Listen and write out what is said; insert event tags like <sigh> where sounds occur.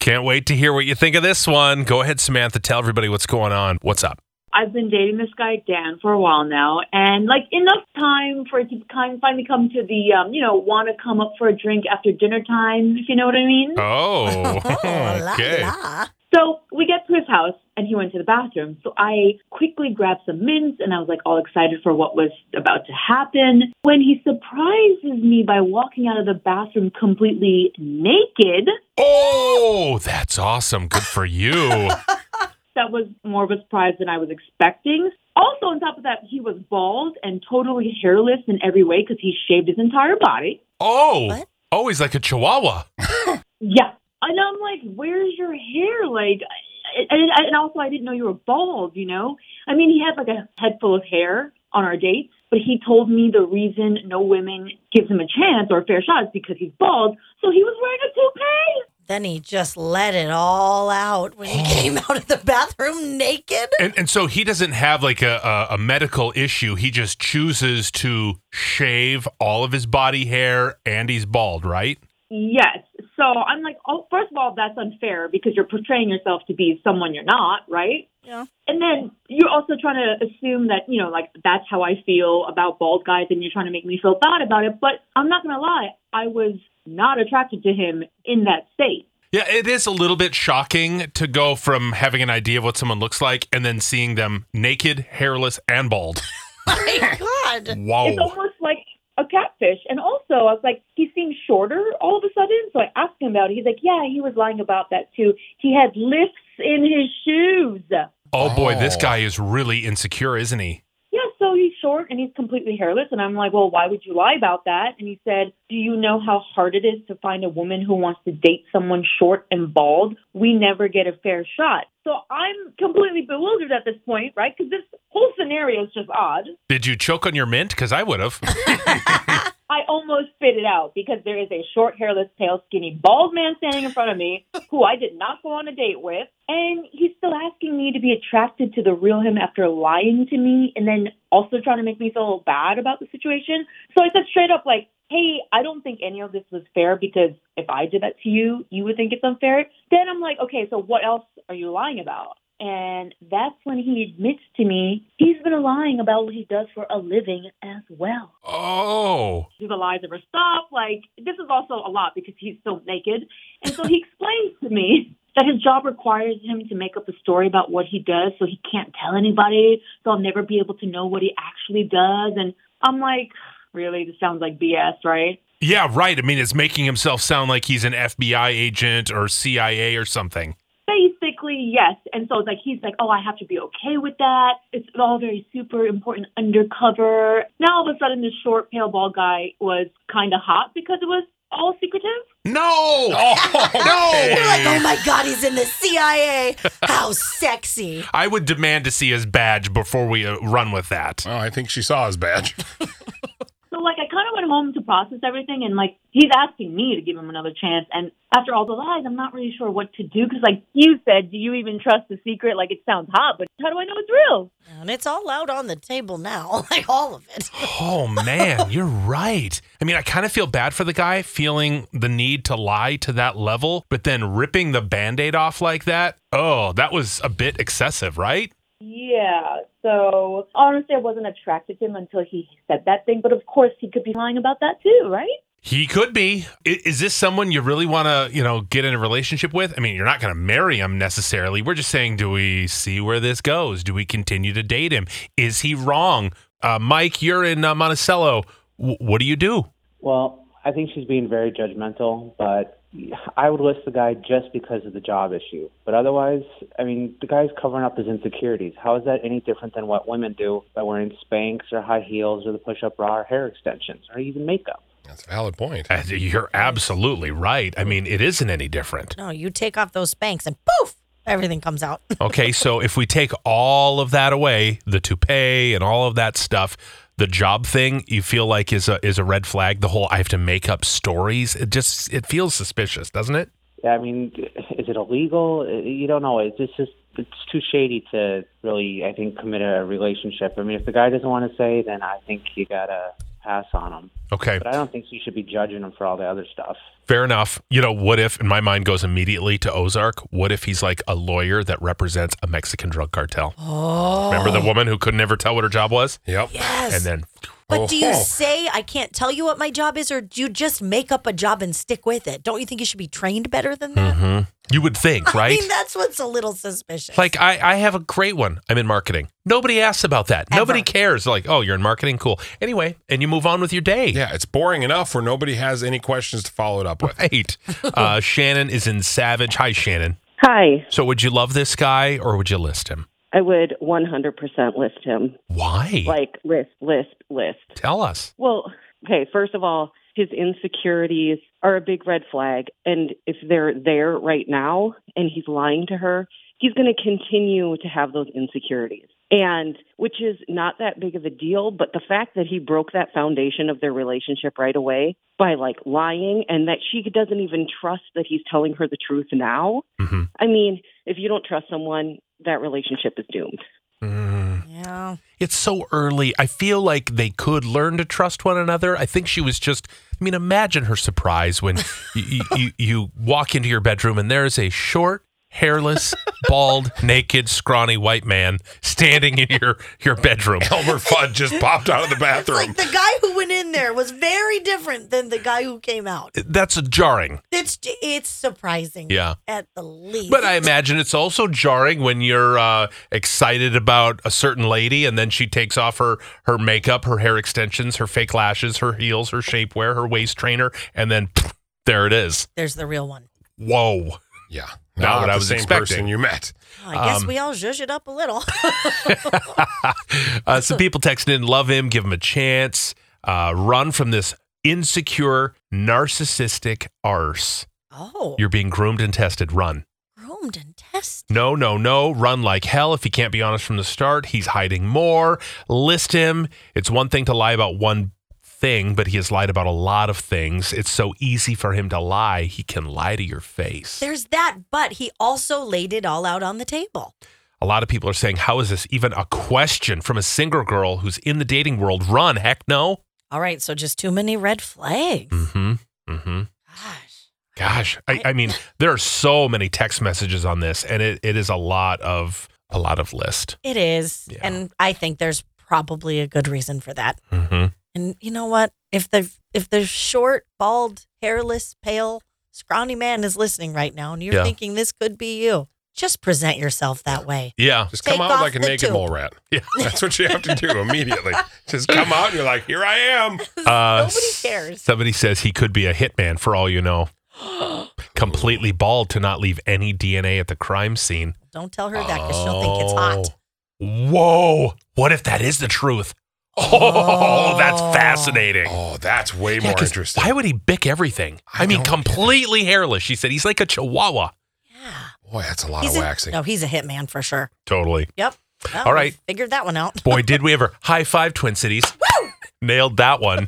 Can't wait to hear what you think of this one. Go ahead, Samantha. Tell everybody what's going on. What's up? I've been dating this guy Dan for a while now, and like enough time for it to kind finally come to the um, you know want to come up for a drink after dinner time, if you know what I mean. Oh, okay. La, la. So we get to his house, and he went to the bathroom. So I quickly grabbed some mints, and I was like all excited for what was about to happen. When he surprises me by walking out of the bathroom completely naked, Oh, that's awesome. Good for you. that was more of a surprise than I was expecting. Also, on top of that, he was bald and totally hairless in every way because he shaved his entire body. Oh, What? oh, he's like a chihuahua. Yeah. And I'm like, where's your hair? Like, I- and, and also, I didn't know you were bald, you know? I mean, he had like a head full of hair on our date, but he told me the reason no women gives him a chance or a fair shot is because he's bald. So he was wearing a toupee. Then he just let it all out when he Oh. came out of the bathroom naked. <laughs> And, and so he doesn't have like a, a, a medical issue. He just chooses to shave all of his body hair and he's bald, right? Yes. So I'm like, oh, first of all, that's unfair because you're portraying yourself to be someone you're not, right? Yeah. And then you're also trying to assume that, you know, like that's how I feel about bald guys and you're trying to make me feel bad about it. But I'm not going to lie, I was not attracted to him in that state. Yeah, it is a little bit shocking to go from having an idea of what someone looks like and then seeing them naked, hairless, and bald. <laughs> My God. Wow. It's almost like a catfish. And also, I was like, he seemed shorter all of a sudden. So I asked him about it. He's like, yeah, he was lying about that too. He had lifts in his shoes. Oh boy, this Oh. guy is really insecure, isn't he? yeah, so he's short and he's completely hairless. And I'm like, well, why would you lie about that? And he said, do you know how hard it is to find a woman who wants to date someone short and bald? We never get a fair shot. So I'm completely bewildered at this point, right? Because this whole scenario is just odd. Did you choke on your mint? Because I would have. I almost spit it out because there is a short, hairless, pale, skinny, bald man standing in front of me who I did not go on a date with. And he's still asking me to be attracted to the real him after lying to me and then also trying to make me feel bad about the situation. So I said straight up, like, hey, I don't think any of this was fair because if I did that to you, you would think it's unfair. Then I'm like, okay, so what else are you lying about? And that's when he admits to me he's been lying about what he does for a living as well oh. do the lies ever stop? Like, this is also a lot because he's so naked. And so he explains to me that his job requires him to make up a story about what he does so he can't tell anybody. So I'll never be able to know what he actually does. And I'm like, really? This sounds like BS, right? Yeah, right. I mean, it's making himself sound like he's an FBI agent or CIA or something. Basically, yes. And so it's like, he's like, oh, I have to be okay with that. It's all very super important undercover. Now all of a sudden, this short, pale, bald guy was kind of hot because it was all secretive. No. <laughs> <laughs> Oh, You're like, oh no. my God, he's in the CIA. How sexy. I would demand to see his badge before we uh, run with that. Well, I think she saw his badge. So like I kind of went home to process everything, and like he's asking me to give him another chance. And after all the lies, I'm not really sure what to do because like you said, do you even trust the secret? Like it sounds hot, but how do I know it's real? And it's all out on the table now, <laughs> like all of it. Oh man, you're right. I mean, I kind of feel bad for the guy feeling the need to lie to that level, but then ripping the band-aid off like that. Oh, that was a bit excessive, right? Yeah. So honestly, I wasn't attracted to him until he said that thing. But of course, he could be lying about that too, right? He could be. I- Is this someone you really want to, you know, get in a relationship with? I mean, you're not going to marry him necessarily. We're just saying, do we see where this goes? Do we continue to date him? Is he wrong? Uh, Mike, you're in uh, Monticello. W- what do you do? Well, I think she's being very judgmental, but I would list the guy just because of the job issue. But otherwise, I mean, the guy's covering up his insecurities. How is that any different than what women do by wearing Spanx or high heels or the push up bra or hair extensions or even makeup? That's a valid point. Uh, You're absolutely right. I mean, it isn't any different. No, you take off those spanks and poof, everything comes out. <laughs> Okay, so if we take all of that away, the toupee and all of that stuff, the job thing, you feel like is a is a red flag. The whole I have to make up stories. It just it feels suspicious, doesn't it? Yeah, I mean, is it illegal? You don't know. It's just, just it's too shady to really, I think, commit a relationship. I mean, if the guy doesn't want to say, then I think you gotta pass on them. Okay. But I don't think she should be judging him for all the other stuff. Fair enough. You know, what if, and my mind goes immediately to Ozark, what if he's like a lawyer that represents a Mexican drug cartel? Oh. Remember the woman who could never tell what her job was? Yep. Yes. And then, but do you Oh. say I can't tell you what my job is, or do you just make up a job and stick with it? Don't you think you should be trained better than that? hmm you would think, I right? mean, that's what's a little suspicious. Like I, I have a great one. I'm in marketing. Nobody asks about that. Nobody Ever. cares. Like, oh, you're in marketing, cool. Anyway, and you move on with your day. Yeah, it's boring enough where nobody has any questions to follow it up with. <laughs> Right. <laughs> Uh, Shannon is in Savage. Hi, Shannon. Hi, So, would you love this guy or would you list him? I would 100% list him. Why? Like, list, list, list. Tell us. Well, okay, first of all, his insecurities are a big red flag. And if they're there right now and he's lying to her, he's going to continue to have those insecurities. And which is not that big of a deal, but the fact that he broke that foundation of their relationship right away by like lying and that she doesn't even trust that he's telling her the truth now. hmm I mean, if you don't trust someone, that relationship is doomed. yeah. It's so early. I feel like they could learn to trust one another. I think she was just. I mean, imagine her surprise when you, you you walk into your bedroom and there is a short, hairless, <laughs> bald, naked, scrawny white man standing in your your bedroom. Elmer Fudd just popped out of the bathroom. Like the guy who went in there was very different than the guy who came out. That's jarring. It's it's surprising. Yeah. At the least. But I imagine it's also jarring when you're uh, excited about a certain lady and then she takes off her, her makeup, her hair extensions, her fake lashes, her heels, her shapewear, her waist trainer, and then there it is. there's the real one. Whoa. <laughs> yeah. Not what the I was same expecting. person you met. Oh, I guess Um, we all zhuzh it up a little. <laughs> uh, some people texted in, love him, give him a chance, uh, run from this insecure, narcissistic arse. oh. You're being groomed and tested. Run. groomed and tested. No, no, no. Run like hell. If he can't be honest from the start, he's hiding more. List him. It's one thing to lie about one thing, but he has lied about a lot of things. It's so easy for him to lie. He can lie to your face. There's that, but he also laid it all out on the table. a lot of people are saying, How is this even a question from a single girl who's in the dating world? Run. Heck no. All right, so just too many red flags. Mm hmm. Mm-hmm. Mm hmm. Gosh. Gosh, I, I mean, there are so many text messages on this, and it, it is a lot of a lot of list. It is. Yeah. And I think there's probably a good reason for that. Mm-hmm. And you know what? If the if the short, bald, hairless, pale, scrawny man is listening right now and you're Yeah. thinking this could be you, just present yourself that way. Yeah, Just Take come out off like a the naked tube. mole rat. <laughs> Yeah. That's what you have to do immediately. Just come out and you're like, here <laughs> I am. Uh, Nobody cares. Somebody says he could be a hitman for all you <gasps> know. Completely bald to not leave any DNA at the crime scene. Don't tell her that because she'll think it's hot. Oh. Whoa. What if that is the truth? <laughs> Oh, that's fascinating. Oh, that's way Yeah, more 'cause interesting. Why would he bick everything? I, I mean, don't get it. completely hairless. She said he's like a chihuahua. Yeah. Boy, that's a lot He's of a- waxing. No, he's a hitman for sure. Totally. Yep. Well, All right. we Figured that one out. Boy, did we ever. High five, Twin Cities. Nailed that one.